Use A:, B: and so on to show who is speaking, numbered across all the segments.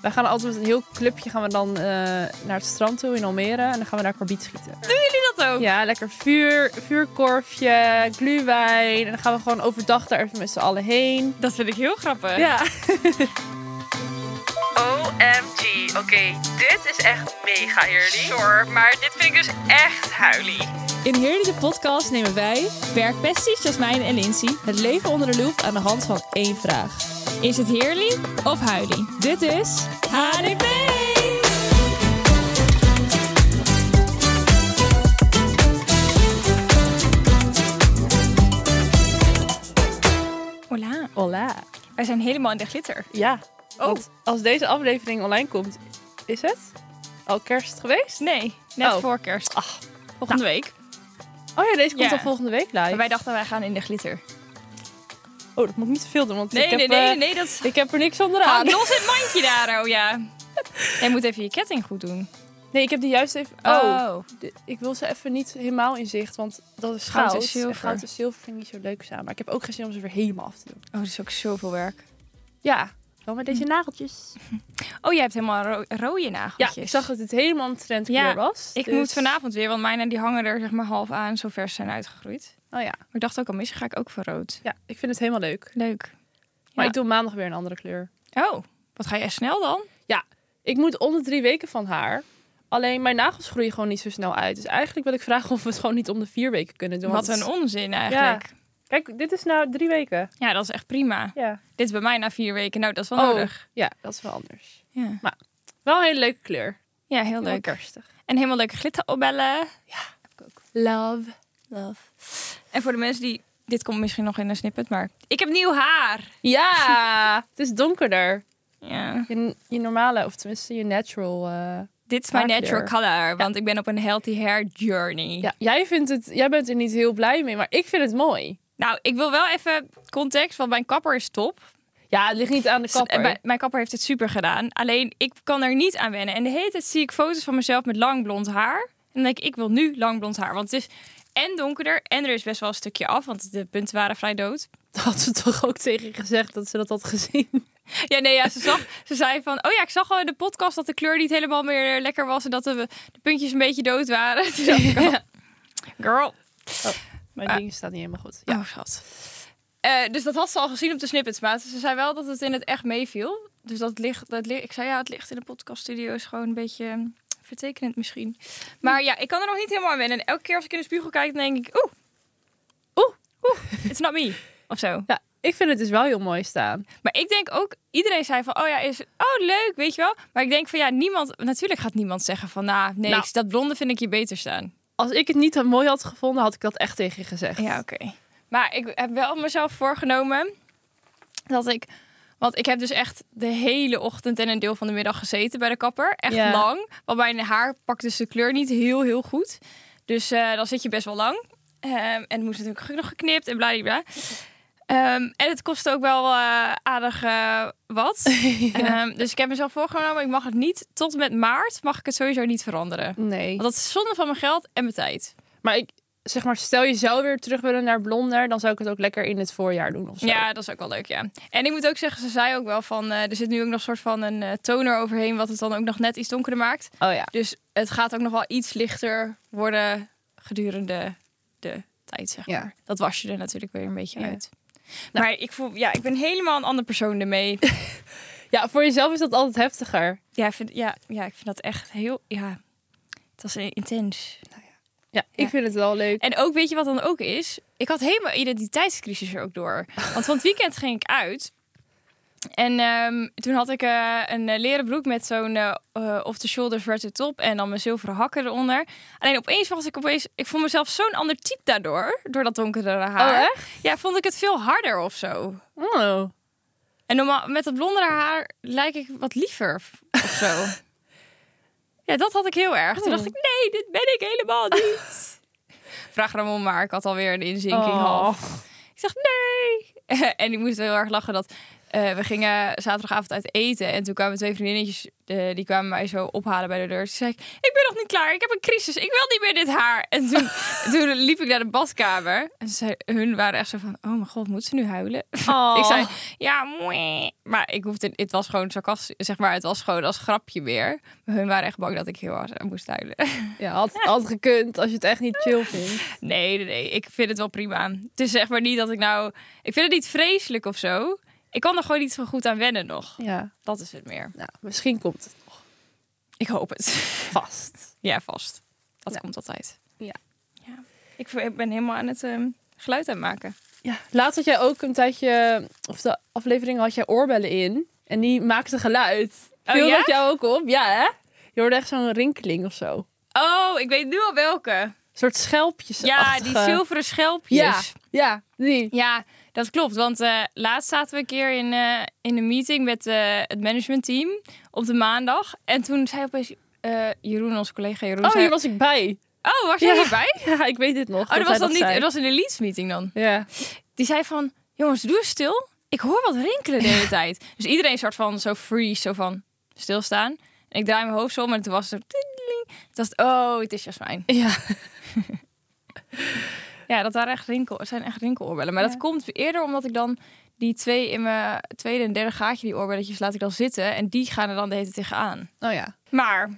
A: Wij gaan altijd met een heel clubje gaan we dan eh, naar het strand toe in Almere. En dan gaan we daar karbiet schieten.
B: Dat ook.
A: Ja, lekker vuur, vuurkorfje, gluwijn. En dan gaan we gewoon overdag daar even met z'n allen heen.
B: Dat vind ik heel grappig.
A: Ja.
C: OMG. Oké, dit is echt mega eerlijk. Sure, maar dit vind ik dus echt huilie.
B: In Heerly de podcast nemen wij, werkbesties Jasmijn en Lindsay, het leven onder de loep aan de hand van één vraag. Is het heerly of huilie? Dit is HDP! Hola,
A: Hola.
B: wij zijn helemaal in de glitter.
A: Ja. Want als deze aflevering online komt, is het al kerst geweest?
B: Nee, net
A: Oh.
B: voor kerst. volgende week.
A: Oh ja, deze komt
B: Ja.
A: al volgende week live.
B: Maar wij dachten wij gaan in de glitter.
A: Oh, dat moet ik niet te veel doen, want
B: Nee,
A: ik, heb,
B: nee, nee,
A: eh,
B: nee, dat is...
A: ik heb er niks onderaan.
B: Hang los Ah, het mandje daar, oh ja. Jij moet even je ketting goed doen.
A: Nee, ik heb die juist even... Oh, de- ik wil ze even niet helemaal in zicht, want dat is goud.
B: Goud en zilver.
A: goud en zilver vind ik niet zo leuk samen. Maar ik heb ook geen zin om ze weer helemaal af te doen.
B: Oh, dat is ook zoveel werk.
A: Ja, wel met deze nageltjes.
B: Oh, jij hebt helemaal ro- rode
A: Ja,
B: nageltjes.
A: ik zag dat dit helemaal een trendkleur
B: Ja,
A: was.
B: Ik
A: dus-
B: moet vanavond weer, want mijne die hangen er zeg maar half aan, zo ver ze zijn uitgegroeid.
A: Oh ja.
B: Maar ik dacht ook al mis, ga ik ook voor rood.
A: ja, ik vind het helemaal leuk.
B: Leuk.
A: Maar
B: Ja.
A: ik doe maandag weer een andere kleur.
B: Oh, wat ga jij snel dan?
A: Ik moet onder drie weken van haar. Alleen mijn nagels groeien gewoon niet zo snel uit. Dus eigenlijk wil ik vragen of we het gewoon niet om de vier weken kunnen doen.
B: Wat
A: want-
B: een onzin eigenlijk. Ja.
A: Kijk, dit is nou drie weken.
B: dat is echt prima.
A: Ja.
B: Dit is bij mij na vier weken, nou dat is wel
A: Oh.
B: nodig.
A: Ja, dat is wel anders.
B: Ja,
A: Wel een hele leuke kleur.
B: ja heel leuk.
A: kerstig.
B: En helemaal leuke glitter opbellen.
A: Love.
B: Love. En voor de mensen die... Dit komt misschien nog in een snippet, maar... Ik heb nieuw haar!
A: Ja, het is donkerder.
B: Ja.
A: Je, je normale, of tenminste je natural. eh,
B: Dit is mijn
A: Haarkleur.
B: natural color, want ik ben op een healthy hair journey.
A: Ja, jij, vindt het, jij bent er niet heel blij mee, maar ik vind het mooi.
B: Nou, ik wil wel even context, want mijn kapper is top.
A: Ja, het ligt niet aan de kapper.
B: Mijn, mijn kapper heeft het super gedaan. Alleen, ik kan er niet aan wennen. En de hele tijd zie ik foto's van mezelf met lang blond haar. En dan denk ik, ik wil nu lang blond haar. Want het is en donkerder en er is best wel een stukje af, want de punten waren vrij dood.
A: Dat had ze toch ook tegen je gezegd dat ze dat had gezien.
B: Ja, nee, ja, ze, zag, ze zei van, oh ja, ik zag al in de podcast dat de kleur niet helemaal meer lekker was. En dat de, de puntjes een beetje dood waren. Toen dacht ik, oh, Girl.
A: Mijn
B: Ah.
A: ding staat niet helemaal goed.
B: Ja, schat. Eh, dus dat had ze al gezien op de snippets, maar ze zei wel dat het in het echt meeviel. Dus dat ligt, dat ligt, ik zei ja, het ligt in de podcaststudio is gewoon een beetje eh, vertekenend misschien. Maar ja, ik kan er nog niet helemaal aan wennen. En elke keer als ik in de spiegel kijk, dan denk ik, oeh, oeh, oeh, it's not me. Of zo.
A: Ja, ik vind het dus wel heel mooi staan.
B: Maar ik denk ook, iedereen zei van, oh ja, is, oh leuk, weet je wel. Maar ik denk van ja, niemand, natuurlijk gaat niemand zeggen van, nou, nee,
A: Nou.
B: ik- dat blonde vind ik je beter staan.
A: Als ik het niet mooi had gevonden, had ik dat echt tegen je gezegd.
B: Ja, oké. Maar ik heb wel mezelf voorgenomen dat ik. Want ik heb dus echt de hele ochtend en een deel van de middag gezeten bij de kapper. Echt
A: Ja.
B: lang. Want mijn haar pakt dus de kleur niet heel, heel goed. Dus eh, dan zit je best wel lang. Ehm, en het moest natuurlijk nog geknipt en bladibla. Ehm en het kostte ook wel eh, aardig eh, wat. Ehm, dus ik heb mezelf voorgenomen, ik mag het niet tot en met maart, mag ik het sowieso niet veranderen.
A: Nee.
B: Want dat is zonde van mijn geld en mijn tijd.
A: Maar ik zeg maar, stel je zou weer terug willen naar blonder, dan zou ik het ook lekker in het voorjaar doen of zo.
B: Ja, dat is ook wel leuk, ja. En ik moet ook zeggen, ze zei ook wel van... eh, er zit nu ook nog een soort van een eh, toner overheen... wat het dan ook nog net iets donkerder maakt.
A: Oh ja.
B: Dus het gaat ook nog wel iets lichter worden gedurende de tijd, zeg maar.
A: Ja.
B: Dat was je er natuurlijk weer een beetje
A: Ja. Nou.
B: uit. maar ik voel, ja, ik ben helemaal een andere persoon ermee.
A: Ja, voor jezelf is dat altijd heftiger.
B: ja, ik vind, ja, ja, ik vind dat echt heel, ja, dat is eh, intens.
A: Ja, ik
B: Ja.
A: vind het wel leuk.
B: En ook, weet je wat dan ook is? Ik had helemaal identiteitscrisis er ook door. Want van het weekend ging ik uit. En ehm, toen had ik eh, een eh, leren broek met zo'n eh, eh, off-the-shoulder zwarte top. En dan mijn zilveren hakken eronder. Alleen opeens was ik opeens... Ik vond mezelf zo'n ander type daardoor. Door dat donkerdere haar.
A: Oh, echt?
B: Ja, vond ik het veel harder of zo.
A: Oh.
B: En normaal, met dat blondere haar lijk ik wat liever f- of zo. ja, dat had ik heel erg. Toen dacht ik, nee, dit ben ik helemaal niet. Vraag Ramon
A: Oh.
B: maar, ik had alweer een inzinking half. Ik dacht, nee. en ik moest heel erg lachen dat... eh, eh, we gingen zaterdagavond uit eten. En toen kwamen twee vriendinnetjes, eh, die kwamen mij zo ophalen bij de deur. Toen zei ik, ik ben nog niet klaar. Ik heb een crisis. Ik wil niet meer dit haar. En toen, toen liep ik naar de badkamer. En ze zei, hun waren echt zo van, oh mijn god, moet ze nu huilen?
A: Oh.
B: Ik zei, ja, moe. Maar ik hoefde, het was gewoon sarcastisch, zeg maar, het was gewoon als grapje meer. Maar hun waren echt bang dat ik heel hard eh, moest huilen.
A: ja, had, had gekund als je het echt niet chill vindt.
B: Nee, nee, nee. Ik vind het wel prima. Het is zeg maar niet dat ik nou... Ik vind het niet vreselijk of zo. Ik kan er gewoon niet zo goed aan wennen nog.
A: Ja,
B: Dat is het meer.
A: nou, misschien komt het nog
B: Ik hoop het.
A: vast.
B: Ja, vast. Dat
A: Ja.
B: komt altijd.
A: Ja.
B: ja. Ik v- ik ben helemaal aan het ehm, geluid aanmaken.
A: Ja, laatst had jij ook een tijdje, of de aflevering had jij oorbellen in. En die maakte geluid.
B: Oh,
A: Viel
B: ja?
A: dat jou ook op? Ja, hè? Je hoorde echt zo'n rinkeling of zo. Een
B: Oh, ik weet nu al welke.
A: soort schelpjes.
B: Ja, die zilveren schelpjes.
A: Ja, ja, die.
B: Ja, dat klopt. Want eh, laatst zaten we een keer in, eh, in een meeting met eh, het managementteam op de maandag. En toen zei opeens eh, Jeroen, onze collega Jeroen,
A: Oh,
B: zei,
A: hier was ik bij.
B: oh was jij
A: Ja.
B: erbij?
A: Ja, ik weet dit nog.
B: Oh, dat was
A: hij
B: dan niet,
A: zei.
B: dat was in de leads meeting dan.
A: Ja.
B: Die zei van, jongens, doe eens stil. Ik hoor wat rinkelen de hele tijd. Dus iedereen soort van zo freeze, zo van stilstaan. En ik draai mijn hoofd zo om en toen was het zo... tindeling. Toen was het, oh, het is Jasmijn.
A: Ja.
B: Ja, dat waren echt rinkel, het zijn echt rinkeloorbellen. Maar
A: Ja.
B: dat komt eerder omdat ik dan die twee in mijn tweede en derde gaatje, die oorbelletjes, laat ik dan zitten. En die gaan er dan de hele tijd tegenaan.
A: Oh ja.
B: Maar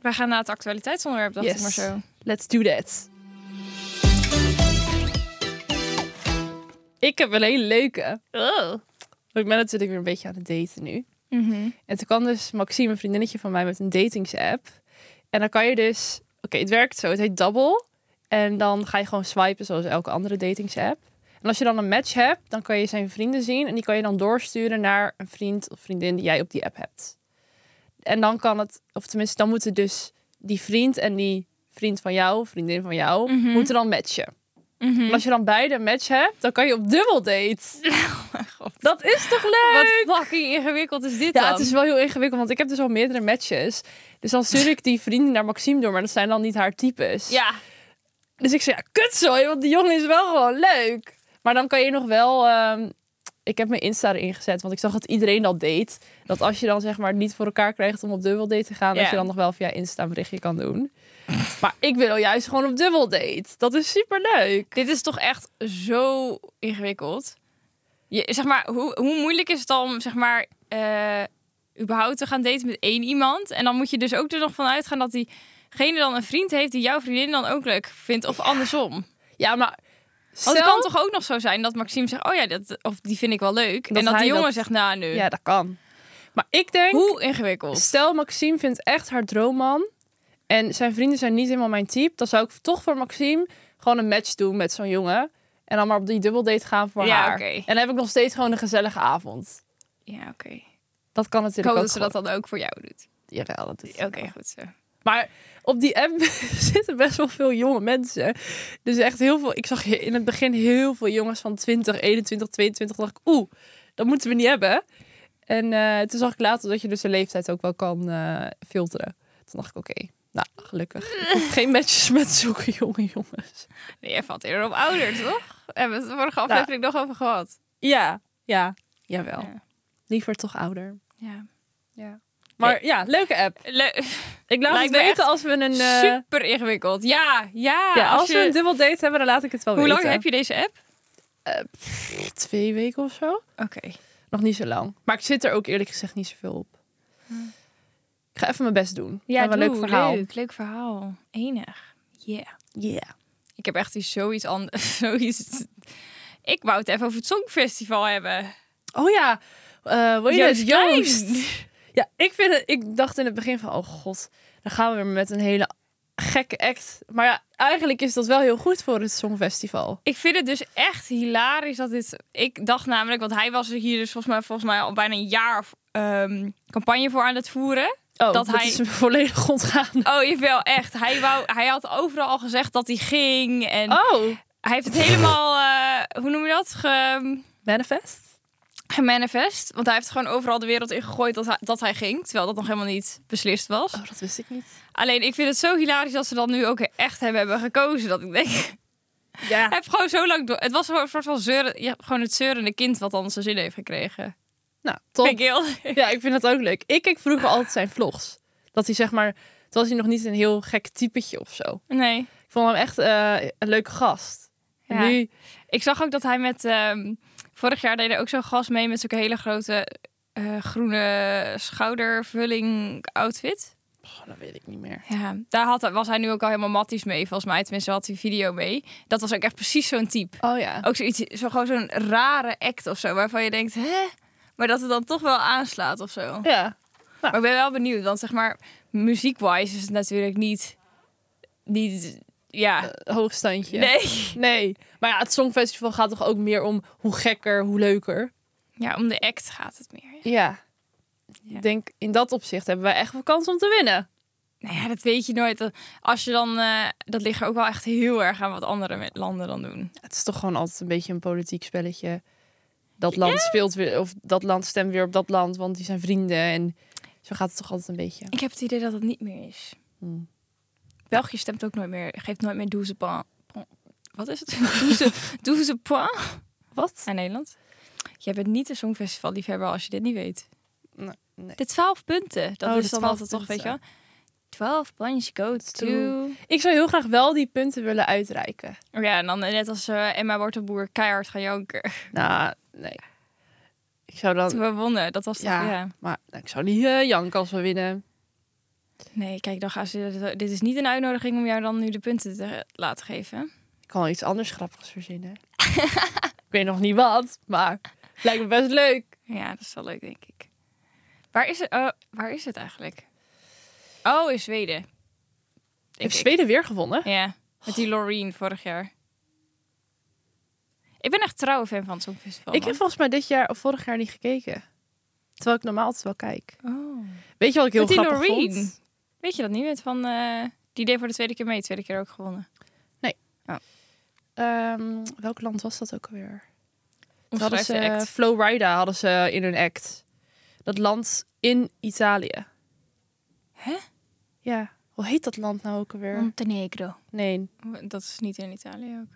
B: wij gaan naar het actualiteitsonderwerp, dacht
A: Yes.
B: ik maar zo.
A: Let's do that. Ik heb een hele leuke.
B: Oh.
A: Want ik ben natuurlijk weer een beetje aan het daten nu. En toen kan dus Maxime, een vriendinnetje van mij, met een datingsapp. En dan kan je dus... Oké, het werkt zo. Het heet Double. En dan ga je gewoon swipen zoals elke andere datingsapp. En als je dan een match hebt, dan kan je zijn vrienden zien. En die kan je dan doorsturen naar een vriend of vriendin die jij op die app hebt. En dan kan het... Of tenminste, dan moeten dus die vriend en die vriend van jou, vriendin van jou...
B: Mhm.
A: moeten dan matchen. En als je dan beide een match hebt, dan kan je op dubbel date. Dat is toch leuk?
B: Oh Wat fucking ingewikkeld is dit
A: Ja,
B: dan?
A: het is wel heel ingewikkeld, want ik heb dus al meerdere matches. Dus dan stuur ik die vrienden naar Maxime door, maar dat zijn dan niet haar types.
B: Ja.
A: Dus ik zei, ja, kutzooi, want die jongen is wel gewoon leuk. Maar dan kan je nog wel... ehm, ik heb mijn Insta erin gezet, want ik zag dat iedereen dat deed. Dat als je dan zeg maar niet voor elkaar krijgt om op dubbel date te gaan... dat
B: Ja.
A: je dan nog wel via Insta een berichtje kan doen. Maar ik wil juist gewoon op dubbel date. Dat is superleuk.
B: Dit is toch echt zo ingewikkeld. Je, zeg maar, hoe, hoe moeilijk is het dan om zeg maar, eh, überhaupt te gaan daten met één iemand? En dan moet je dus ook er nog van uitgaan dat diegene dan een vriend heeft die jouw vriendin dan ook leuk vindt. Of andersom. Want
A: Ja, maar...
B: het
A: stel-
B: Oh, kan toch ook nog zo zijn dat Maxime zegt, oh ja, dat, of die vind ik wel leuk.
A: Dat
B: en dat
A: hij
B: de jongen
A: dat-
B: zegt, nou nu.
A: Ja, dat kan. Maar ik denk...
B: hoe ingewikkeld.
A: Stel, Maxime vindt echt haar droomman. En zijn vrienden zijn niet helemaal mijn type. Dan zou ik toch voor Maxime gewoon een match doen met zo'n jongen. En dan maar op die dubbeldate gaan voor
B: Ja,
A: haar.
B: oké.
A: En dan heb ik nog steeds gewoon een gezellige avond.
B: Ja, oké.
A: Dat kan
B: Ik
A: natuurlijk
B: hoop
A: ook.
B: dat ze dat dan ook voor jou doet.
A: gewoon. Jawel, dat is
B: Oké, goed zo.
A: Maar op die app zitten best wel veel jonge mensen. Dus echt heel veel. Ik zag in het begin heel veel jongens van 20, 21, 22. dacht ik, oeh, dat moeten we niet hebben. En eh, toen zag ik later dat je dus de leeftijd ook wel kan eh, filteren. Toen dacht ik, oké, nou, gelukkig. Ik heb Geen matches met zulke jonge jongens.
B: Nee, jij valt eerder op ouder, toch? We hebben we het vorige aflevering nog over gehad.
A: Ja, ja, jawel.
B: Ja.
A: Liever toch ouder.
B: Ja.
A: Ja. Maar ja, leuke app.
B: Le-
A: Ik laat
B: Lijkt
A: het
B: me
A: weten als we een... eh,
B: Super ingewikkeld. Ja, ja.
A: ja, als,
B: je-
A: we een dubbel date hebben, dan laat ik het wel
B: hoe
A: weten.
B: lang heb je deze app?
A: je? Twee weken of zo.
B: Oké.
A: Nog niet zo lang. Maar ik zit er ook eerlijk gezegd niet zoveel op. Ik ga even mijn best doen.
B: Ja,
A: Dan wel
B: doe,
A: Hm. leuk verhaal.
B: Leuk, leuk verhaal. Enig. Yeah.
A: Yeah.
B: Ik heb echt iets zoiets anders. Zoiets. Ik wou het even over het Songfestival hebben.
A: Oh ja, Eh wil je het
B: Joost Klein.
A: Joost? Ja, ik, vind het, ik dacht in het begin van, oh god, dan gaan we weer met een hele gekke act. Maar ja, eigenlijk is dat wel heel goed voor het Songfestival.
B: Ik vind het dus echt hilarisch dat dit. Ik dacht namelijk, want hij was er hier dus volgens mij, volgens mij al bijna een jaar ehm, campagne voor aan het voeren.
A: Oh, dat
B: Dat
A: hij...
B: hij-
A: is me volledig ontgaan.
B: Oh, jawel, echt. Hij, wou, hij had overal al gezegd dat hij ging. En
A: Oh,
B: hij heeft het helemaal, eh, hoe noem je dat? Ge,
A: manifest?
B: gemanifest. Want hij heeft gewoon overal de wereld in gegooid dat hij, dat hij ging. Terwijl dat nog helemaal niet beslist was.
A: Oh, dat wist ik niet.
B: Alleen, ik vind het zo hilarisch dat ze dat nu ook echt hebben, hebben gekozen. Dat ik denk, hij
A: Ja.
B: heeft gewoon zo lang door... Het was gewoon een soort van zeuren, ja, gewoon het zeurende kind wat dan zijn zin heeft gekregen.
A: Nou,
B: Vind
A: top.
B: ik heel
A: Ja, ik vind dat ook leuk. Ik keek vroeger altijd zijn vlogs. Dat hij zeg maar... Toen was hij nog niet een heel gek typetje of zo.
B: Nee.
A: Ik vond hem echt eh, een leuke gast. En
B: Ja.
A: nu...
B: Ik zag ook dat hij met... ehm, vorig jaar deed er ook zo'n gast mee met zo'n hele grote eh, groene schoudervulling outfit.
A: Oh, dat weet ik niet meer.
B: Ja, daar had, was hij nu ook al helemaal matties mee, volgens mij. Tenminste, had hij video mee. Dat was ook echt precies zo'n type.
A: Oh ja.
B: Ook zoiets, zo, gewoon zo'n rare act of zo, waarvan je denkt, hè? Maar dat het dan toch wel aanslaat of zo.
A: Ja.
B: Maar ik ben wel benieuwd, want zeg maar, muziek-wise is het natuurlijk niet... niet
A: Eh,
B: ja,
A: Hoogstandje.
B: nee.
A: Nee. Maar ja, het Songfestival gaat toch ook meer om hoe gekker, hoe leuker.
B: Ja, om de act gaat het meer.
A: Ja.
B: Ja.
A: Ik denk, in dat opzicht hebben wij echt wel kans om te winnen.
B: Nou ja, dat weet je nooit. Dat- Als je dan, eh, dat ligt er ook wel echt heel erg aan wat andere met- landen dan doen.
A: Het is toch gewoon altijd een beetje een politiek spelletje. Dat land speelt weer, of dat land stemt weer op dat land, want die zijn vrienden. En zo gaat het toch altijd een beetje.
B: Ik heb het idee dat het niet meer is.
A: Hmm.
B: België stemt ook nooit meer, geeft nooit meer douze pan. pan- Wat is het? Douze, douze pan
A: Wat?
B: aan Nederland. Je bent niet een songfestival liefhebber als je dit niet weet.
A: Nee.
B: De twaalf punten, dat
A: Oh, de
B: is dan
A: 12
B: altijd toch, weet je wel?
A: punten.
B: Twaalf punten go to...
A: True. Ik zou heel graag wel die punten willen uitreiken.
B: Ja, en dan net als eh, Emma Wortelboer keihard gaan janken.
A: Nou, nee. Ik zou dan.
B: Toen we wonnen, dat was toch,
A: Oh. Ja,
B: ja.
A: maar nou, ik zou niet eh, janken als we winnen.
B: Nee, kijk, dan gaan ze. Dit is niet een uitnodiging om jou dan nu de punten te laten geven.
A: Ik kan wel iets anders grappigs verzinnen. ik weet nog niet wat, maar het lijkt me best leuk.
B: Ja, dat is wel leuk, denk ik. Waar is het, oh, waar is het eigenlijk? Oh, in Zweden. Denk
A: Heeft
B: ik.
A: Zweden weer gewonnen?
B: Ja, met die Loreen vorig jaar. Ik ben echt trouwe fan van het Songfestival.
A: Ik heb volgens mij dit jaar of vorig jaar niet gekeken. Terwijl ik normaal altijd wel kijk.
B: man. Oh.
A: Weet je wat ik heel
B: Met die
A: grappig
B: Loreen.
A: vond?
B: Weet je dat niet? Met van, eh, die deed voor de tweede keer mee, tweede keer ook gewonnen.
A: Ehm, welk land was dat ook alweer? Toen Hadden
B: Omschrijf
A: ze
B: de act.
A: Flow Rida hadden ze in hun act. Dat land in Italië.
B: Hè? Hm.
A: Ja. Hoe heet dat land nou ook alweer?
B: Montenegro.
A: Nee.
B: Dat is niet in Italië ook.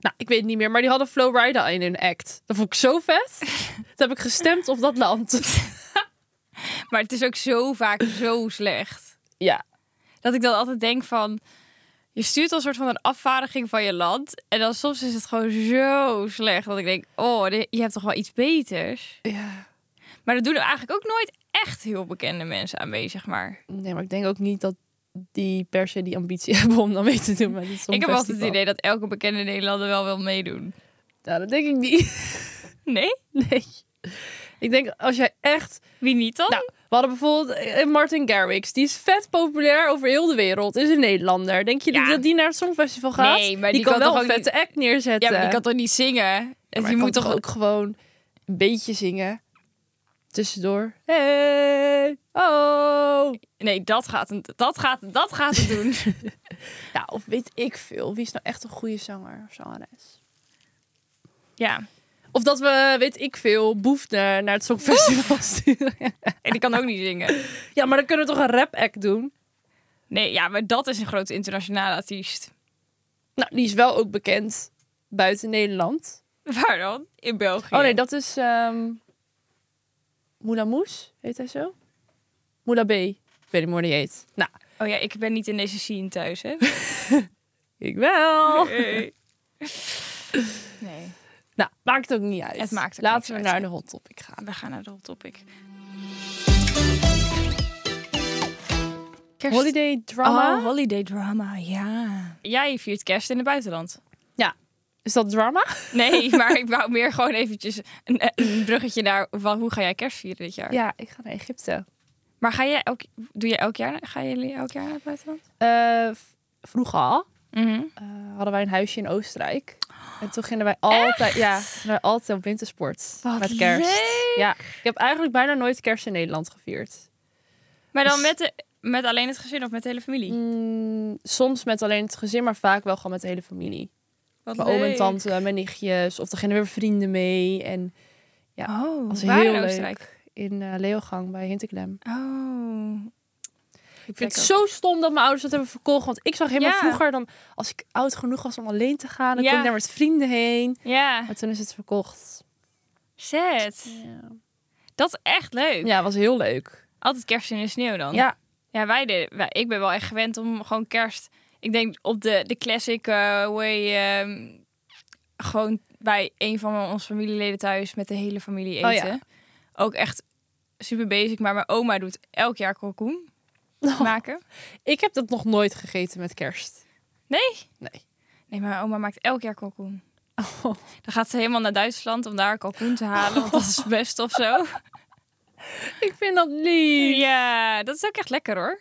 A: Nou, ik weet het niet meer, maar die hadden Flow Rida in hun act. Dat vond ik zo vet. Toen heb ik gestemd op dat land.
B: Maar het is ook zo vaak zo slecht.
A: Ja.
B: dat ik dan altijd denk van... Je stuurt al een soort van een afvaardiging van je land. En dan soms is het gewoon zo slecht. Dat ik denk, oh, dit- je hebt toch wel iets beters.
A: Ja.
B: Maar dat doen er eigenlijk ook nooit echt heel bekende mensen aan mee, zeg maar.
A: Nee, maar ik denk ook niet dat die per se die ambitie hebben om dan mee te doen met het
B: ik heb altijd het
A: Songfestival.
B: idee dat elke bekende Nederlander wel wil meedoen.
A: Nou, dat denk ik niet.
B: Nee?
A: Nee. Ik denk als jij echt
B: Wie niet dan?
A: Nou, we hadden bijvoorbeeld eh, Martin Garrix. Die is vet populair over heel de wereld. Is een Nederlander. Denk je
B: Ja.
A: dat die naar het Songfestival gaat?
B: Nee, maar die
A: kan,
B: kan
A: wel
B: toch
A: een
B: ook
A: vette act
B: ja,
A: neerzetten.
B: maar die kan toch niet zingen?
A: eh,
B: Dus
A: Ja, maar hij
B: je moet
A: kan
B: toch ook...
A: ook gewoon een beetje zingen. Tussendoor. Hey, oh.
B: Nee, dat gaat, het- dat gaat, dat gaat het doen.
A: Ja, of weet ik veel. Wie is nou echt een goede zanger of zangeres?
B: ja.
A: Of dat we, weet ik veel, Boef naar, naar het Songfestival sturen.
B: En die kan ook niet zingen.
A: ja, maar dan kunnen we toch een rap act doen?
B: Nee, ja, maar dat is een grote internationale artiest.
A: Nou, die is wel ook bekend buiten Nederland.
B: Waar dan? In België.
A: Oh nee, dat is ehm Moula Moes, heet hij zo? Moula B. Ik weet niet meer hoe die heet. Nou,
B: Oh ja, ik ben niet in deze scene thuis, hè?
A: ik wel.
B: Nee. Oh. nee.
A: Nou, maakt ook niet uit.
B: Het maakt ook niks
A: Laten we
B: uit,
A: naar
B: hè.
A: de hot topic gaan.
B: We gaan naar de hot topic.
A: Holiday drama.
B: Oh, holiday drama, ja. Jij viert kerst in het buitenland.
A: Is dat drama?
B: Nee, maar ik wou meer gewoon eventjes een, een bruggetje naar van hoe ga jij kerst vieren dit jaar?
A: Ja, ik ga naar Egypte.
B: Maar ga jij elk, doe jij elk jaar, ga jullie elk jaar naar het buitenland?
A: Eh, v- vroeger al,
B: Mhm.
A: eh, hadden wij een huisje in Oostenrijk. En toen gingen wij altijd, ja, gingen wij altijd op wintersport
B: Wat
A: met kerst.
B: leuk!
A: Ja, ik heb eigenlijk bijna nooit kerst in Nederland gevierd.
B: Maar dan met, de, met alleen het gezin of met de hele familie?
A: Mm, soms met alleen het gezin, maar vaak wel gewoon met de hele familie.
B: Wat
A: Mijn oom en
B: leuk.
A: tante, mijn nichtjes. Of dan gingen weer vrienden mee. En
B: Oh,
A: was
B: waar
A: heel
B: in
A: leuk.
B: Oostenrijk?
A: in eh Leogang bij Hinteklem.
B: Oh.
A: Ik vind het zo stom dat mijn ouders dat hebben verkocht. Want ik zag helemaal
B: Ja.
A: vroeger dan... Als ik oud genoeg was om alleen te gaan, dan
B: Ja.
A: kon ik daar met vrienden heen.
B: Ja,
A: Maar toen is het verkocht.
B: zet.
A: Ja.
B: Dat is echt leuk.
A: Ja, was heel leuk.
B: Altijd kerst in de sneeuw dan.
A: Ja,
B: Ja, wij, de, wij- ik ben wel echt gewend om gewoon kerst. Ik denk op de, de classic eh, way. ehm, gewoon bij een van onze familieleden thuis met de hele familie
A: Oh
B: eten.
A: ja.
B: Ook echt super basic. Maar mijn oma doet elk jaar kalkoen
A: Oh.
B: maken.
A: ik heb dat nog nooit gegeten met kerst.
B: Nee?
A: Nee.
B: Nee, maar mijn oma maakt elk jaar kalkoen.
A: Oh.
B: Dan gaat ze helemaal naar Duitsland om daar kalkoen te halen. Want dat is best of zo.
A: Ik vind dat lief.
B: Ja, dat is ook echt lekker hoor.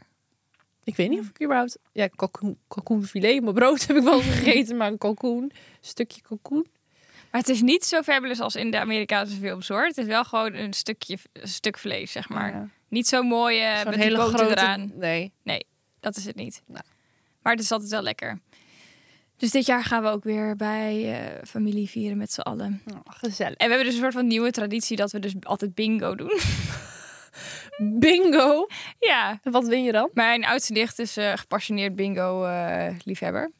A: Ik weet niet of ik überhaupt... Ja, kalkoen, kalkoenfilet op mijn brood heb ik wel gegeten, maar een kalkoen, stukje kalkoen.
B: Maar het is niet zo fabulous als in de Amerikaanse films hoor. Het is wel gewoon een stukje een stuk vlees, zeg maar.
A: Ja.
B: Niet zo mooi eh
A: Zo'n
B: met hele boter eraan.
A: Nee.
B: Dat is het niet.
A: Nou.
B: Maar het is altijd wel lekker. Dus dit jaar gaan we ook weer bij eh, familie vieren met z'n allen.
A: Oh, gezellig.
B: En we hebben dus een soort van nieuwe traditie dat we dus altijd bingo doen.
A: Bingo.
B: ja.
A: En wat win je dan?
B: Mijn oudste nicht is eh, gepassioneerd bingo-liefhebber.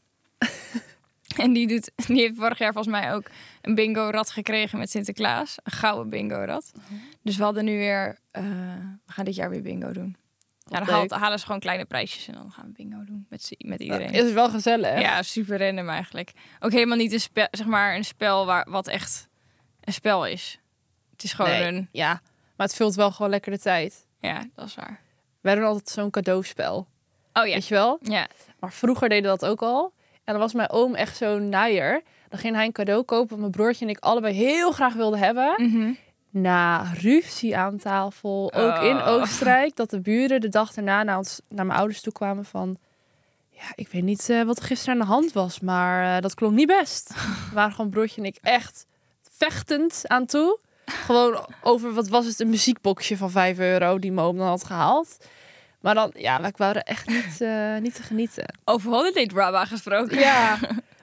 B: en die, doet, die heeft vorig jaar volgens mij ook een bingo-rat gekregen met Sinterklaas. Een gouden bingo-rat. Dus we hadden nu weer... eh, we gaan dit jaar weer bingo doen. Ja, dan
A: leuk.
B: haalt- halen ze gewoon kleine prijsjes en dan gaan we bingo doen met, z'n- met iedereen.
A: Is wel gezellig.
B: Ja, super random eigenlijk. Ook helemaal niet een, spe, zeg maar een spel waar, wat echt een spel is. Het is gewoon
A: Nee.
B: een...
A: Ja, maar het vult wel gewoon lekker de tijd.
B: Ja, dat is waar.
A: Wij doen altijd zo'n cadeauspel.
B: Oh ja.
A: Weet je wel?
B: Ja.
A: Maar vroeger deden we dat ook al. En dan was mijn oom echt zo'n naaier. Dan ging hij een cadeau kopen wat mijn broertje en ik allebei heel graag wilden hebben.
B: Mhm.
A: Na ruzie aan tafel, ook in
B: Oh.
A: Oostenrijk, dat de buren de dag daarna naar, ons, naar mijn ouders toe kwamen van... Ja, ik weet niet eh, wat er gisteren aan de hand was, maar eh, dat klonk niet best. We waren gewoon broertje en ik echt vechtend aan toe. Gewoon over, wat was het, een muziekboxje van 5 euro die mijn oom dan had gehaald. Maar dan, ja, wij waren echt niet, eh, niet te genieten.
B: Over holiday drama gesproken.
A: Ja.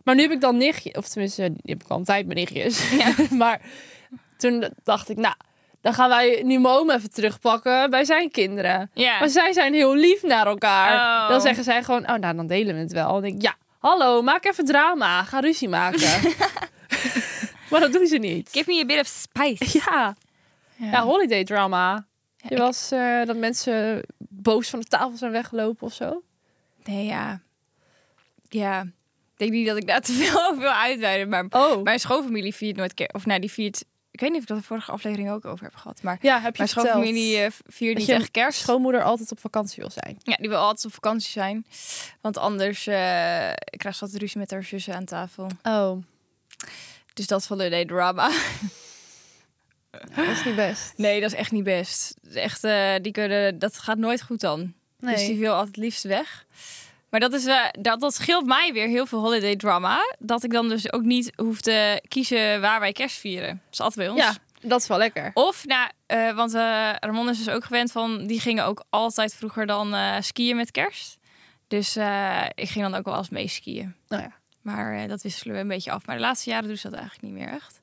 A: Maar nu heb ik dan nichtje, of tenminste, die heb ik al een tijd mijn nichtjes. maar toen dacht ik, nou, dan gaan wij nu mijn oom even terugpakken bij zijn kinderen.
B: Ja.
A: Maar zij zijn heel lief naar elkaar.
B: Oh.
A: Dan zeggen zij gewoon, oh, nou, dan delen we het wel. En dan denk ik, ja, hallo, maak even drama. Ga ruzie maken. maar dat doen ze niet.
B: Give me a bit of spice.
A: Ja.
B: Ja.
A: ja, holiday drama.
B: Ja,
A: Je was eh, dat mensen boos van de tafel zijn weggelopen of zo.
B: Nee, ja. Ja. Ik denk niet dat ik daar te veel over wil uitweiden. Maar
A: Oh.
B: mijn schoonfamilie viert nooit kerst. Of nou, die viert... Ik weet niet of ik dat de vorige aflevering ook over heb gehad. Maar
A: ja, heb je
B: mijn
A: verteld.
B: schoonfamilie eh, viert
A: Dat
B: niet
A: je
B: echt kerst.
A: schoonmoeder altijd op vakantie wil zijn.
B: Ja, die wil altijd op vakantie zijn. Want anders eh, krijgt ze altijd ruzie met haar zussen aan tafel.
A: Oh,
B: Dus dat is holiday drama.
A: dat is niet best.
B: Nee, dat is echt niet best. Echt, eh, die kunnen, dat gaat nooit goed dan. Dus die wil altijd het liefst weg. Maar dat, is, eh, dat, dat scheelt mij weer heel veel holiday drama. Dat ik dan dus ook niet hoef te kiezen waar wij kerst vieren. Dat is altijd bij ons.
A: Ja, dat is wel lekker.
B: Of, nou, eh, want eh, Ramon is dus ook gewend van... die gingen ook altijd vroeger dan eh, skiën met kerst. Dus eh, ik ging dan ook wel eens mee skiën.
A: Nou ja,
B: Maar eh, dat wisselen we een beetje af. Maar de laatste jaren doen ze dat eigenlijk niet meer echt.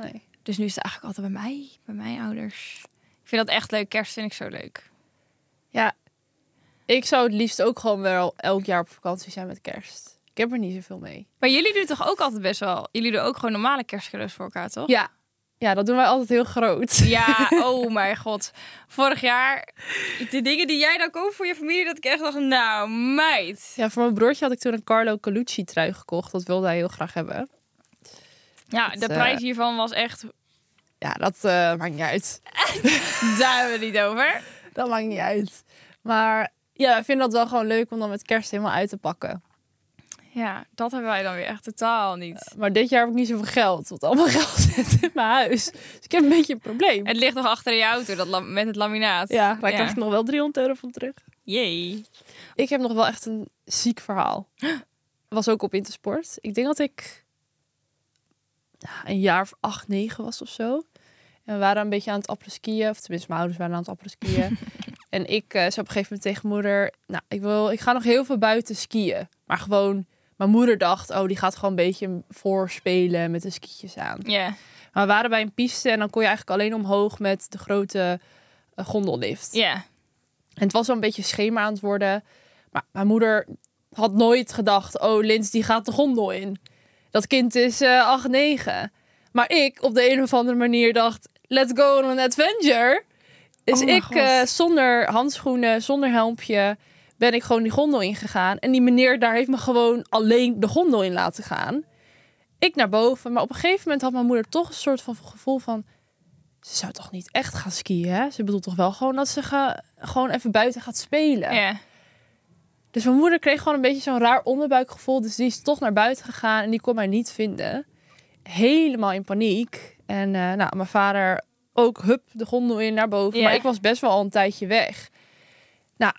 A: nee.
B: Dus nu is het eigenlijk altijd bij mij, bij mijn ouders. Ik vind dat echt leuk. Kerst vind ik zo leuk.
A: Ja, ik zou het liefst ook gewoon wel elk jaar op vakantie zijn met kerst. Ik heb er niet zoveel mee.
B: Maar jullie doen toch ook altijd best wel... Jullie doen ook gewoon normale kerstcadeaus voor elkaar, toch?
A: Ja, ja dat doen wij altijd heel groot.
B: Ja, oh mijn god. Vorig jaar, de dingen die jij dan koopt voor je familie, dat ik echt dacht, nou meid.
A: Ja, voor mijn broertje had ik toen een Carlo Colucci trui gekocht. Dat wilde hij heel graag hebben.
B: Ja,
A: Dat,
B: de
A: eh,
B: prijs hiervan was echt,
A: Ja, dat eh, maakt niet uit.
B: daar hebben we het niet over.
A: Dat maakt niet uit. Maar ja, ik vind dat wel gewoon leuk om dan met kerst helemaal uit te pakken.
B: Ja, dat hebben wij dan weer echt totaal niet.
A: Maar dit jaar heb ik niet zoveel geld. Want allemaal geld zit in mijn huis. Dus ik heb een beetje een probleem.
B: Het ligt nog achter je auto dat lam- met het laminaat.
A: Ja, daar krijg ik nog wel 300 euro van terug.
B: Jee.
A: Ik heb nog wel echt een ziek verhaal. Was ook op Intersport. Ik denk dat ik ja, een jaar of acht, negen was of zo. En we waren een beetje aan het appelskiën. Of tenminste, mijn ouders waren aan het appelskiën. en ik eh zei op een gegeven moment tegen moeder... Nou, ik, wil, ik ga nog heel veel buiten skiën. Maar gewoon... Mijn moeder dacht, oh, die gaat gewoon een beetje voorspelen met de skietjes aan.
B: Ja.
A: Maar we waren bij een piste en dan kon je eigenlijk alleen omhoog met de grote eh, gondellift.
B: Ja.
A: En het was wel een beetje schema aan het worden. Maar mijn moeder had nooit gedacht: oh, Lins die gaat de gondel in. Dat kind is eh 8, 9. Maar ik op de een of andere manier dacht: let's go on an adventure. Dus
B: Oh mijn
A: ik
B: God.
A: eh, zonder handschoenen, zonder helmpje, ben ik gewoon die gondel ingegaan. En die meneer daar heeft me gewoon alleen de gondel in laten gaan. Ik naar boven, maar op een gegeven moment had mijn moeder toch een soort van gevoel van... Ze zou toch niet echt gaan skiën, hè? Ze bedoelt toch wel gewoon dat ze ga- gewoon even buiten gaat spelen.
B: Ja.
A: Dus mijn moeder kreeg gewoon een beetje zo'n raar onderbuikgevoel. Dus die is toch naar buiten gegaan en die kon mij niet vinden. Helemaal in paniek. En eh, nou, mijn vader ook hup de gondel in naar boven.
B: Ja.
A: Maar ik was best wel al een tijdje weg. Nou,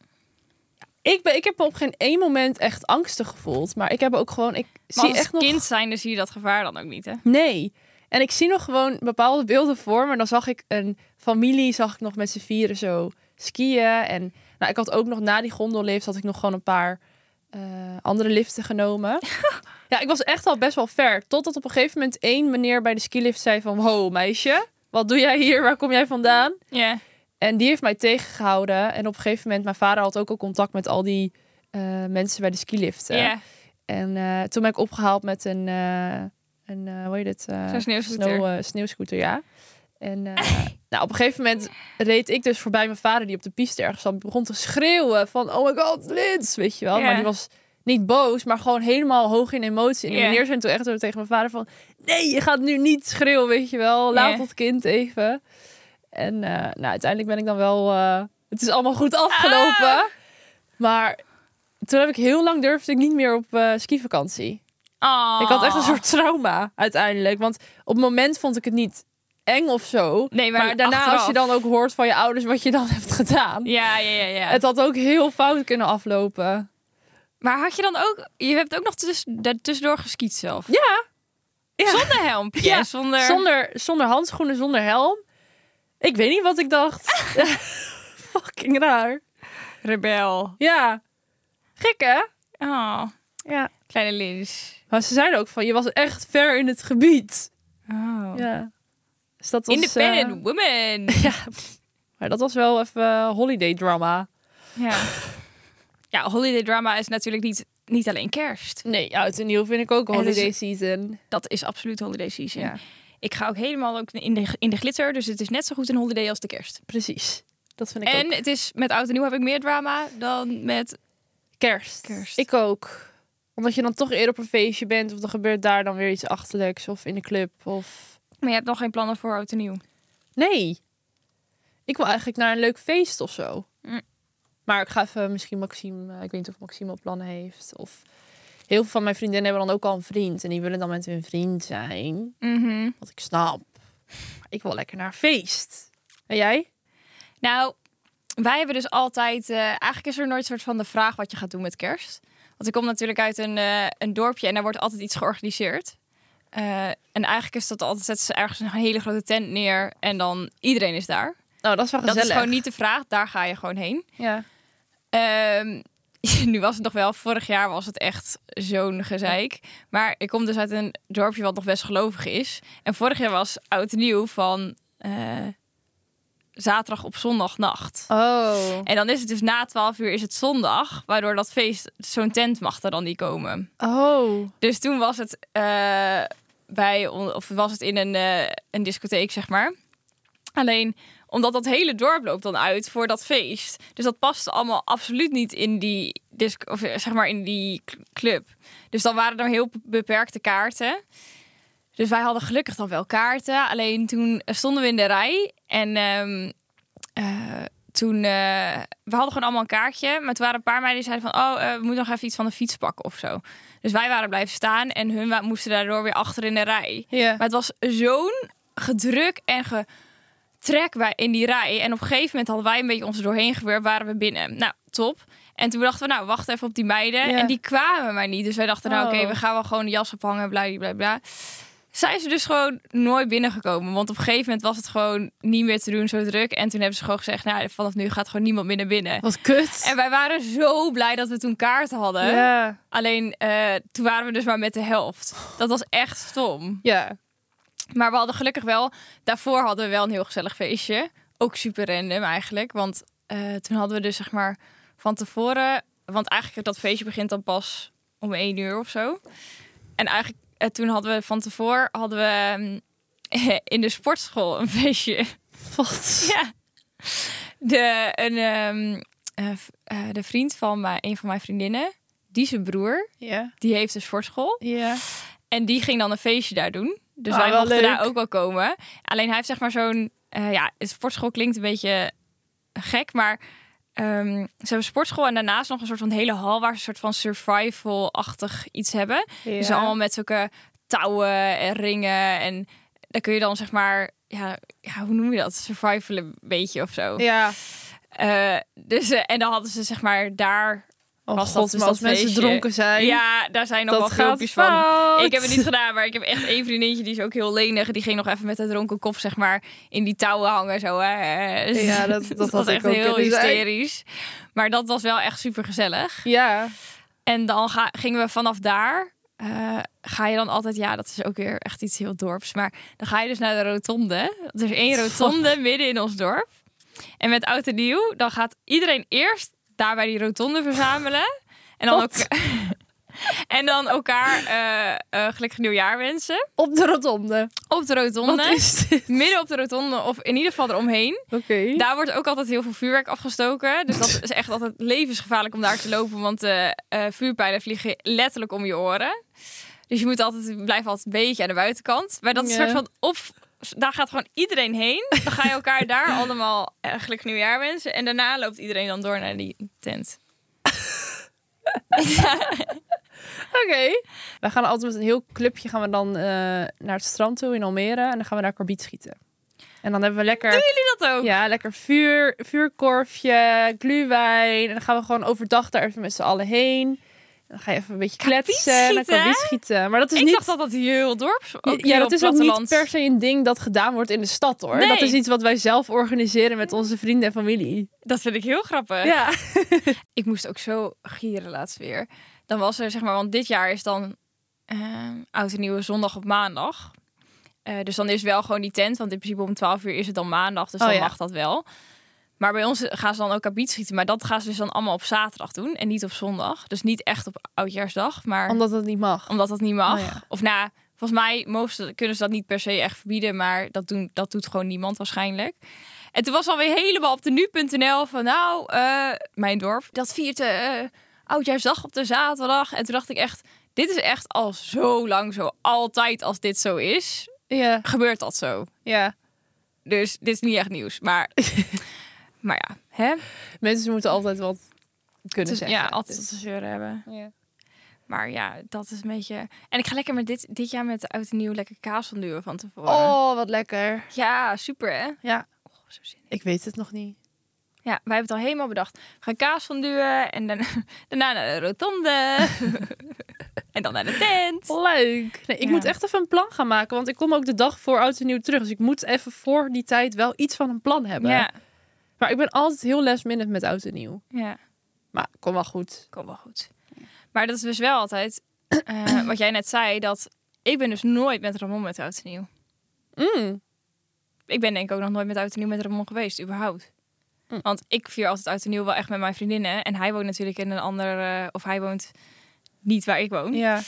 A: ik, ben, ik heb me op geen één moment echt angstig gevoeld. Maar ik heb ook gewoon... Ik
B: Maar
A: zie
B: als
A: echt nog...
B: kind zijn, dan zie je dat gevaar dan ook niet, hè?
A: Nee. En ik zie nog gewoon bepaalde beelden voor me. En dan zag ik een familie, zag ik nog met z'n vieren zo skiën. En nou, ik had ook nog na die gondellift, had ik nog gewoon een paar eh, andere liften genomen. ja, ik was echt al best wel ver. Totdat op een gegeven moment één meneer bij de skilift zei van... Ho, meisje, wat doe jij hier? Waar kom jij vandaan?
B: Ja.
A: En die heeft mij tegengehouden. En op een gegeven moment, mijn vader had ook al contact met al die eh, mensen bij de skiliften.
B: Ja.
A: En eh, toen ben ik opgehaald met een, eh, een eh, hoe heet het? eh,
B: Zo'n sneeuwscooter.
A: sneeuw, eh, sneeuwscooter, ja. En eh, nou, op een gegeven moment reed ik dus voorbij mijn vader die op de piste ergens zat. Begon te schreeuwen van, oh my god, Lins, weet je wel.
B: Ja.
A: Maar die was niet boos, maar gewoon helemaal hoog in emotie. En die
B: Ja.
A: meneer zei toen echt tegen mijn vader van, nee, je gaat nu niet schreeuwen, weet je wel. Laat
B: Ja.
A: het kind even. En eh, nou, uiteindelijk ben ik dan wel, eh, het is allemaal
B: Ah.
A: goed afgelopen. Maar toen heb ik heel lang durfde ik niet meer op eh skivakantie.
B: Oh.
A: Ik had echt een soort trauma uiteindelijk. Want op het moment vond ik het niet eng of zo.
B: Nee, maar
A: Maar, daarna
B: achteraf.
A: als je dan ook hoort van je ouders wat je dan hebt gedaan.
B: Ja, ja, ja, ja.
A: Het had ook heel fout kunnen aflopen.
B: Maar had je dan ook... Je hebt ook nog tuss- tussendoor geskiet zelf.
A: Ja, Ja.
B: Zonder helmpje.
A: Ja.
B: Zonder...
A: zonder, zonder handschoenen, zonder helm. Ik weet niet wat ik dacht. Ja, Fucking raar.
B: Rebel.
A: Ja. Gek hè?
B: Oh.
A: Ja.
B: Kleine Lins.
A: Maar ze zeiden ook van je was echt ver in het gebied.
B: Oh.
A: Ja. Dus dat was, eh,
B: Independent woman.
A: Maar dat was wel even eh, holiday drama.
B: Ja. ja, holiday drama is natuurlijk niet, niet alleen kerst.
A: Nee, uit en nieuw vind ik ook
B: En
A: holiday
B: dus-
A: season.
B: Dat is absoluut holiday season.
A: Ja.
B: Ik ga ook helemaal ook in, de, in de glitter, dus het is net zo goed een holiday als de kerst.
A: Precies. Dat vind ik
B: En
A: ook.
B: het is met oud en nieuw heb ik meer drama dan met...
A: Kerst.
B: Kerst.
A: Ik ook. Omdat je dan toch eerder op een feestje bent of er gebeurt daar dan weer iets achterlijks of in de club of...
B: Maar je hebt nog geen plannen voor oud en nieuw.
A: Nee. Ik wil eigenlijk naar een leuk feest of zo.
B: Mm.
A: Maar ik ga even misschien Maxime... eh, Ik weet niet of Maxime al plannen heeft of... Heel veel van mijn vriendinnen hebben dan ook al een vriend. En die willen dan met hun vriend zijn. Wat ik snap. Maar ik wil lekker naar een feest. En jij?
B: Nou, wij hebben dus altijd... eh, eigenlijk is er nooit soort van de vraag wat je gaat doen met kerst. Want ik kom natuurlijk uit een, eh, een dorpje en daar wordt altijd iets georganiseerd. Eh, en eigenlijk is dat altijd, zetten ze ergens een hele grote tent neer en dan iedereen is daar.
A: Nou, dat is wel
B: Dat
A: gezellig.
B: is gewoon niet de vraag, daar ga je gewoon heen.
A: Ja.
B: Ehm, nu was het nog wel, vorig jaar was het echt zo'n gezeik. Maar ik kom dus uit een dorpje wat nog best gelovig is. En vorig jaar was oud en nieuw van eh, zaterdag op zondagnacht.
A: Oh.
B: En dan is het dus na 12 uur is het zondag, waardoor dat feest, zo'n tent mag er dan niet komen.
A: Oh.
B: Dus toen was het eh, bij, on- of was het in een, eh, een discotheek, zeg maar. Alleen omdat dat hele dorp loopt dan uit voor dat feest. Dus dat past allemaal absoluut niet in die, disc of eh, zeg maar in die cl- club. Dus dan waren er heel beperkte kaarten. Dus wij hadden gelukkig dan wel kaarten. Alleen toen stonden we in de rij. En ehm, eh, toen... eh, we hadden gewoon allemaal een kaartje. Maar toen waren een paar meiden die zeiden van... Oh, eh, we moeten nog even iets van de fiets pakken of zo. Dus wij waren blijven staan. En hun wa- moesten daardoor weer achter in de rij.
A: Ja.
B: Maar het was zo'n gedruk en getrek bij- in die rij. En op een gegeven moment hadden wij een beetje ons er doorheen gebeurd, waren we binnen. Nou, top. En toen dachten we, nou, wacht even op die meiden.
A: Ja.
B: En die kwamen maar niet. Dus wij dachten, nou,
A: Oh.
B: oké, we gaan wel gewoon de jas ophangen, bla, bla, bla. Zijn ze dus gewoon nooit binnengekomen. Want op een gegeven moment was het gewoon niet meer te doen, zo druk. En toen hebben ze gewoon gezegd, nou, vanaf nu gaat gewoon niemand meer naar binnen.
A: Wat kut.
B: En wij waren zo blij dat we toen kaarten hadden.
A: ja.
B: Alleen eh, toen waren we dus maar met de helft. Dat was echt stom.
A: Ja.
B: Maar we hadden gelukkig wel, daarvoor hadden we wel een heel gezellig feestje. Ook super random eigenlijk. Want eh, toen hadden we dus zeg maar van tevoren. Want eigenlijk dat feestje begint dan pas om één uur of zo. En eigenlijk eh, toen hadden we van tevoren hadden we ehm, in de sportschool een feestje.
A: Wat?
B: Ja. De, een, ehm, eh, v- eh, de vriend van mij, een van mijn vriendinnen, die zijn broer,
A: Ja.
B: die heeft een sportschool.
A: Ja.
B: En die ging dan een feestje daar doen. Dus
A: Ah,
B: wij
A: wel
B: mochten
A: leuk.
B: daar ook wel komen. Alleen hij heeft zeg maar zo'n... eh, ja, een sportschool klinkt een beetje gek, maar... ehm, ze hebben een sportschool en daarnaast nog een soort van hele hal... waar ze een soort van survival-achtig iets hebben. Dus allemaal met zulke touwen en ringen. En daar kun je dan zeg maar... Ja, ja hoe noem je dat? Survivalen een beetje of zo.
A: Ja.
B: Eh, dus, eh, en dan hadden ze zeg maar daar...
A: Oh
B: Was dat
A: god,
B: dus
A: maar als
B: dat
A: mensen
B: feestje?
A: dronken zijn.
B: Ja, daar zijn nog
A: dat
B: wel
A: gaat
B: filmpjes van.
A: fout.
B: Ik heb het niet gedaan, maar ik heb echt één vriendinnetje die is ook heel lenig. Die ging nog even met haar dronken kop, zeg maar, in die touwen hangen. Zo, hè. Dus
A: Ja, dat- dat
B: was
A: had ik
B: echt
A: ook
B: heel
A: kunnen zijn.
B: hysterisch. Maar dat was wel echt super gezellig.
A: Ja.
B: En dan ga, gingen we vanaf daar. eh, ga je dan altijd, ja, dat is ook weer echt iets heel dorps. Maar dan ga je dus naar de rotonde. Er is één rotonde midden in ons dorp. En met oud en nieuw, dan gaat iedereen eerst daar bij die rotonde verzamelen. En dan, ook,
A: Wat?
B: en dan elkaar eh eh gelukkig nieuwjaar wensen.
A: Op de rotonde.
B: Op de
A: Wat
B: rotonde.
A: is dit?
B: Midden op de rotonde, of in ieder geval eromheen.
A: Oké.
B: Daar wordt ook altijd heel veel vuurwerk afgestoken. Dus dat is echt altijd levensgevaarlijk om daar te lopen. Want eh, eh, vuurpijlen vliegen letterlijk om je oren. Dus je moet altijd blijven altijd een beetje aan de buitenkant. Maar dat is
A: Ja.
B: soort van of daar gaat gewoon iedereen heen. Dan ga je elkaar daar allemaal eh, gelukkig nieuwjaar wensen. En daarna loopt iedereen dan door naar die tent.
A: Oké. Wij gaan altijd met een heel clubje gaan we dan eh, naar het strand toe in Almere. En dan gaan we daar karbiet schieten. En dan hebben we lekker...
B: Doe dat ook.
A: Ja, lekker vuur, vuurkorfje, gluwijn. En dan gaan we gewoon overdag daar even met z'n allen heen. En dan ga je even een beetje
B: Karbiet
A: kletsen. En dan
B: schieten, hè?
A: karbiet schieten. Maar dat is
B: ik
A: niet...
B: dacht dat dat heel dorps ook
A: ja,
B: heel
A: dat is ook niet
B: platteland.
A: per se een ding dat gedaan wordt in de stad, hoor.
B: Nee.
A: Dat is iets wat wij zelf organiseren met onze vrienden en familie.
B: Dat vind ik heel grappig.
A: Ja.
B: Ik moest ook zo gieren laatst weer. Dan was er, zeg maar, want dit jaar is dan eh, oud en nieuwe zondag op maandag. Eh, dus dan is wel gewoon die tent, want in principe om 12 uur is het dan maandag, dus
A: Oh
B: dan
A: ja.
B: mag dat wel. Maar bij ons gaan ze dan ook kabiet schieten, maar dat gaan ze dus dan allemaal op zaterdag doen en niet op zondag. Dus niet echt op oudjaarsdag, maar
A: Omdat dat niet mag.
B: omdat dat niet mag.
A: Oh ja.
B: Of nou, volgens mij mogen ze- kunnen ze dat niet per se echt verbieden, maar dat, doen, dat doet gewoon niemand waarschijnlijk. En toen was alweer helemaal op de nu.nl van nou, eh, mijn dorp, dat viert eh oudjaarsdag op de zaterdag. En toen dacht ik echt, dit is echt al zo lang zo, altijd als dit zo is,
A: Ja,
B: gebeurt dat zo.
A: ja.
B: Dus dit is niet echt nieuws, maar, maar ja, hè?
A: Mensen moeten altijd wat kunnen
B: Dus,
A: zeggen.
B: ja, altijd
A: Dus-
B: te zeuren hebben.
A: Ja.
B: Maar ja, dat is een beetje. En ik ga lekker met dit, dit jaar met de oud en nieuw lekker kaas van duwen van tevoren.
A: Oh, wat lekker.
B: Ja, super hè?
A: Ja,
B: Oh, zo zin in.
A: ik weet het nog niet.
B: Ja, wij hebben het al helemaal bedacht. We gaan kaas van duwen en dan, daarna naar de rotonde. en dan naar de tent.
A: Leuk. Nee, ik
B: Ja.
A: moet echt even een plan gaan maken, want ik kom ook de dag voor oud en nieuw terug. Dus ik moet even voor die tijd wel iets van een plan hebben.
B: Ja,
A: Maar ik ben altijd heel last minute met oud en nieuw.
B: ja,
A: Maar kom wel goed.
B: komt wel goed. Maar dat is dus wel altijd eh, wat jij net zei, dat ik ben dus nooit met Ramon met oud en nieuw.
A: Mm.
B: ik ben denk ik ook nog nooit met oud en nieuw met Ramon geweest, überhaupt.
A: Hm.
B: Want ik vier altijd oud en nieuw wel echt met mijn vriendinnen. En hij woont natuurlijk in een ander... eh, of hij woont niet waar ik woon.
A: Ja.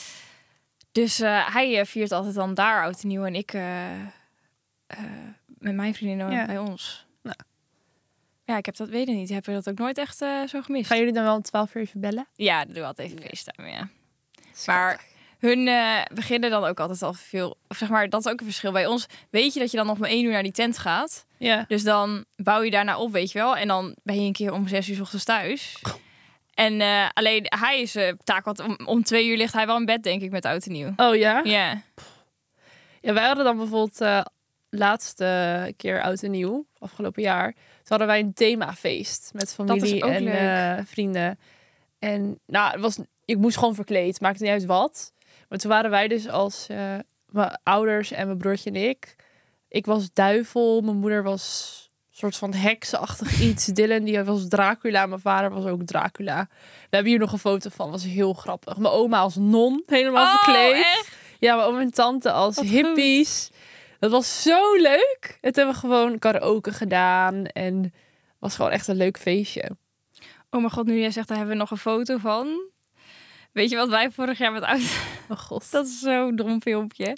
B: Dus eh, hij eh, viert altijd dan daar oud en nieuw. En ik eh, eh, met mijn vriendinnen
A: Ja.
B: bij ons.
A: Nou.
B: Ja, ik heb dat weet ik niet. Hebben we dat ook nooit echt eh, zo gemist?
A: Gaan jullie dan wel om 12 uur even bellen?
B: Ja, dat doe altijd even FaceTime, ja. Maar hun eh, beginnen dan ook altijd al veel... Of zeg maar, dat is ook een verschil. Bij ons weet je dat je dan nog maar één uur naar die tent gaat.
A: Ja.
B: Dus dan bouw je daarna op, weet je wel. En dan ben je een keer om zes uur 's ochtends thuis. En eh, alleen hij is eh taak, want om, om twee uur ligt hij wel in bed, denk ik, met oud en nieuw.
A: Oh ja?
B: Ja.
A: Ja, wij hadden dan bijvoorbeeld eh laatste keer oud en nieuw, afgelopen jaar. Toen hadden wij een themafeest met familie
B: ook
A: en
B: leuk.
A: eh, vrienden. En nou, het was, ik moest gewoon verkleed, maakte niet uit wat. Maar toen waren wij dus als eh, mijn ouders en mijn broertje en ik. Ik was duivel, mijn moeder was een soort van heksachtig iets. Dylan die was Dracula, mijn vader was ook Dracula. We hebben hier nog een foto van, was heel grappig. Mijn oma als non, helemaal
B: Oh,
A: verkleed.
B: echt?
A: Ja, maar oom en tante als
B: Wat
A: hippies. Dat was zo leuk. Het hebben we gewoon karaoke gedaan. En het was gewoon echt een leuk feestje.
B: Oh mijn god, nu jij zegt, daar hebben we nog een foto van. Weet je wat wij vorig jaar met oud...
A: Oh god.
B: Dat is zo'n dom filmpje.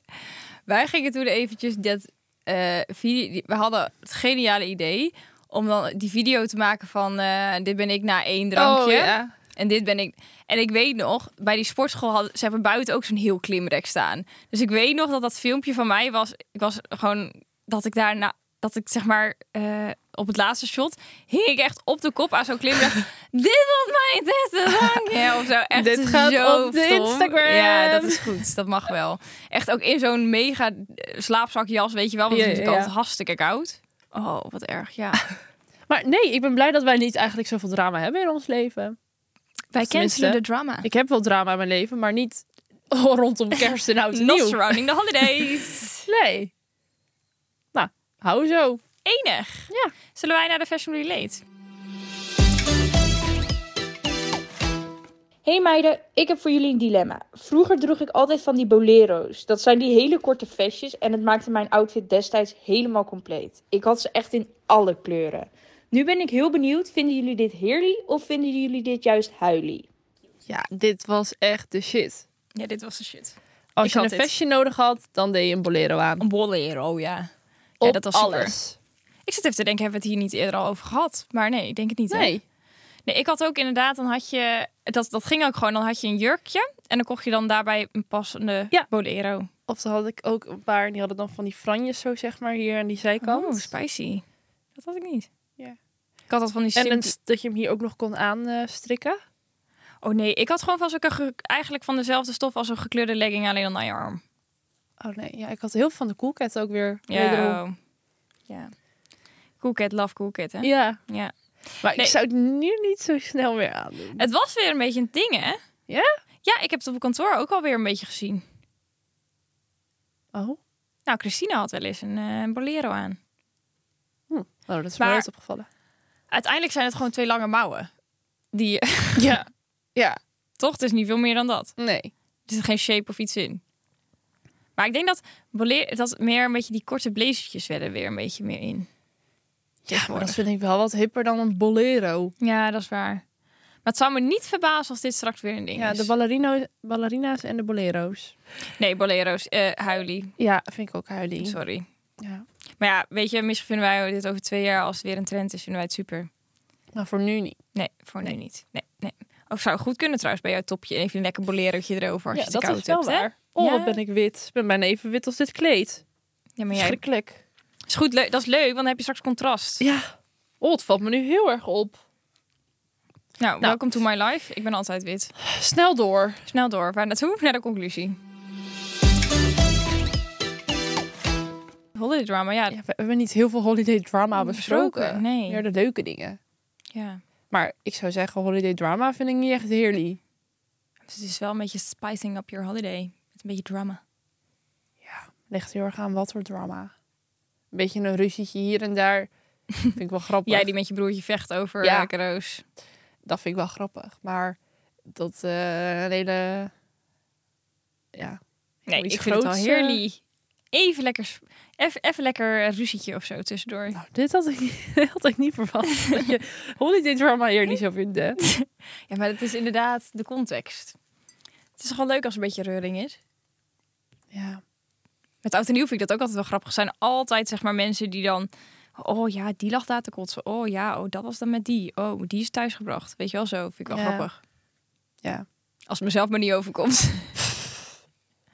B: Wij gingen toen eventjes dat eh, video. die- We hadden het geniale idee om dan die video te maken van eh, dit ben ik na één drankje.
A: Oh, ja.
B: En dit ben ik. En ik weet nog, bij die sportschool hadden ze hebben buiten ook zo'n heel klimrek staan. Dus ik weet nog dat dat filmpje van mij was. Ik was gewoon dat ik daarna dat ik zeg maar eh, op het laatste shot hing ik echt op de kop aan zo'n klimrek. dit was mijn test ja, of zo. Echt
A: Dit gaat
B: zo
A: op de
B: stom.
A: Instagram.
B: Ja, dat is goed. Dat mag wel. Echt ook in zo'n mega eh, slaapzakjas, weet je wel, want
A: Ja,
B: het is
A: ja, ja.
B: altijd hartstikke koud. Oh, wat erg. Ja.
A: Maar nee, ik ben blij dat wij niet eigenlijk zoveel drama hebben in ons leven.
B: Wij
A: cancelen
B: cancelen
A: de
B: de drama.
A: Ik heb wel drama in mijn leven, maar niet rondom kerst en oud en
B: Not
A: nieuw.
B: surrounding the holidays.
A: Nee. Nou, hou zo.
B: Enig.
A: Ja.
B: Zullen wij naar de Fashion Relate?
D: Hey meiden, ik heb voor jullie een dilemma. Vroeger droeg ik altijd van die bolero's. Dat zijn die hele korte vestjes en het maakte mijn outfit destijds helemaal compleet. Ik had ze echt in alle kleuren. Nu ben ik heel benieuwd, vinden jullie dit heerlijk of vinden jullie dit juist huilie?
A: Ja, dit was echt de shit.
B: Ja, dit was de shit.
A: Als
B: Ik
A: je
B: had
A: een
B: dit.
A: vestje nodig had, dan deed je een bolero aan.
B: Een bolero, ja.
A: Op
B: ja, dat was super.
A: alles.
B: Ik zit even te denken, hebben we het hier niet eerder al over gehad? Maar nee, ik denk het niet. hè?
A: Nee.
B: Nee, ik had ook inderdaad, dan had je... Dat, dat ging ook gewoon, dan had je een jurkje. En dan kocht je dan daarbij een passende
A: Ja.
B: bolero.
A: Of dan had ik ook een paar, en die hadden dan van die franjes zo zeg maar hier aan die zijkant.
B: Oh, spicy. Dat had ik niet.
A: Ja.
B: Ik had dat van die
A: en een,
B: simpele-
A: s- dat je hem hier ook nog kon aanstrikken.
B: Oh nee, ik had gewoon van zulke ge- eigenlijk van dezelfde stof als een gekleurde legging, alleen dan aan je arm.
A: oh nee, ja, ik had heel veel van de koelket ook weer.
B: Ja.
A: wederom.
B: oh. Ja. Cool cat, love cool cat, hè?
A: ja.
B: ja.
A: Maar
B: Nee. Eh,
A: ik zou het nu niet zo snel meer aandoen.
B: Het was weer een beetje een ding, hè?
A: Ja?
B: Ja, ik heb het op kantoor ook alweer een beetje gezien.
A: Oh, oh
B: Nou, Christina had wel eens een, eh, een bolero aan.
A: dat is me
B: Maar-
A: nooit opgevallen.
B: Uiteindelijk zijn het gewoon twee lange mouwen. Die,
A: Ja. Ja,
B: toch, het is niet veel meer dan dat.
A: nee.
B: Er zit geen shape of iets in. Maar ik denk dat, bolero, dat meer een beetje die korte blazertjes werden weer een beetje meer in.
A: Ja, maar dat vind ik wel wat hipper dan een bolero.
B: Ja, dat is waar. Maar het zou me niet verbazen als dit straks weer een ding
A: Ja,
B: is.
A: de ballerino, ballerina's en de bolero's.
B: nee, bolero's. eh huilie.
A: Ja, vind ik ook huilie.
B: Sorry.
A: Ja.
B: Maar ja, weet je, misschien vinden wij dit over twee jaar, als het weer een trend is, vinden wij het super.
A: Maar voor nu niet.
B: Nee, voor nu niet. Nee, nee. Ook zou goed kunnen trouwens bij jouw topje. Even een lekker bolerootje erover als
A: Ja,
B: je het
A: dat
B: koud
A: is wel
B: hebt. hè?
A: waar. Oh,
B: Ja.
A: wat ben ik wit. Ik ben bijna even wit als dit kleed.
B: Ja, maar jij...
A: Verschrikkelijk.
B: is goed, leuk. dat is leuk, want dan heb je straks contrast.
A: Ja. Oh, het valt me nu heel erg op.
B: Nou, welkom to my life. Ik ben altijd wit.
A: Snel door.
B: Snel door. Waar naartoe? Naar de conclusie. Holiday drama, ja.
A: Ja, we hebben niet heel veel holiday drama
B: Besproken,
A: Oh, besproken.
B: nee.
A: Meer de leuke dingen.
B: ja.
A: Maar ik zou zeggen, holiday drama vind ik niet echt heerlijk.
B: Dus het is wel een beetje spicing up your holiday. Met een beetje drama.
A: Ja, ligt heel erg aan wat voor drama. Een beetje een ruzietje hier en daar. vind ik wel grappig.
B: Jij die met je broertje vecht over
A: Ja.
B: ja. cadeaus.
A: Dat vind ik wel grappig. Maar dat eh, een hele... Ja.
B: Nee,
A: Iets
B: ik vind het
A: groots,
B: wel
A: eh.
B: heerlijk. Even lekker, sp- even, even lekker eh, ruzietje of zo tussendoor.
A: Nou, dit had ik, niet- had ik niet verwacht. dat je holiday drama hier niet zo vinden.
B: Ja, maar het is inderdaad de context. Het is gewoon leuk als er een beetje reuring is.
A: Ja.
B: Met oud en nieuw vind ik dat ook altijd wel grappig. Er zijn altijd zeg maar mensen die dan... Oh ja, die lag daar te kotsen. Oh ja, oh, dat was dan met die. Oh, die is thuisgebracht. Weet je wel zo. Vind ik wel
A: Ja.
B: grappig.
A: Ja.
B: Als het mezelf maar niet overkomt.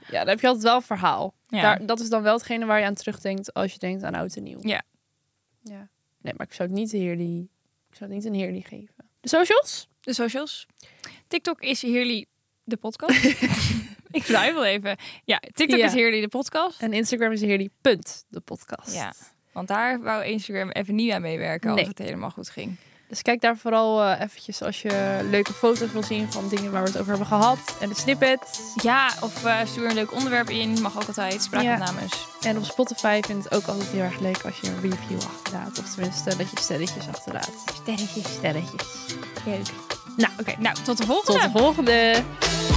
A: ja, dan heb je altijd wel een verhaal.
B: Ja.
A: Daar, dat is dan wel hetgene waar je aan terugdenkt als je denkt aan oud en nieuw.
B: Ja.
A: ja. Nee, maar ik zou het niet de heerly, ik zou het niet een heerly geven. De socials?
B: De socials. TikTok is Heerly de podcast. ik twijfel even. Ja, TikTok
A: Ja.
B: is Heerly de podcast.
A: En Instagram is heerly punt, de podcast.
B: Ja. Want daar wou Instagram even niet aan meewerken als
A: Nee.
B: het helemaal goed ging.
A: Dus kijk daar vooral eh, eventjes als je leuke foto's wil zien van dingen waar we het over hebben gehad. En de snippets.
B: Ja, of eh, stuur een leuk onderwerp in. Mag ook altijd. Spraakopnames.
A: En op Spotify vind ik het ook altijd heel erg leuk als je een review achterlaat. Of tenminste dat je sterretjes achterlaat.
B: Sterretjes.
A: Sterretjes.
B: Leuk. Nou, oké. nou, tot de volgende.
A: Tot de volgende!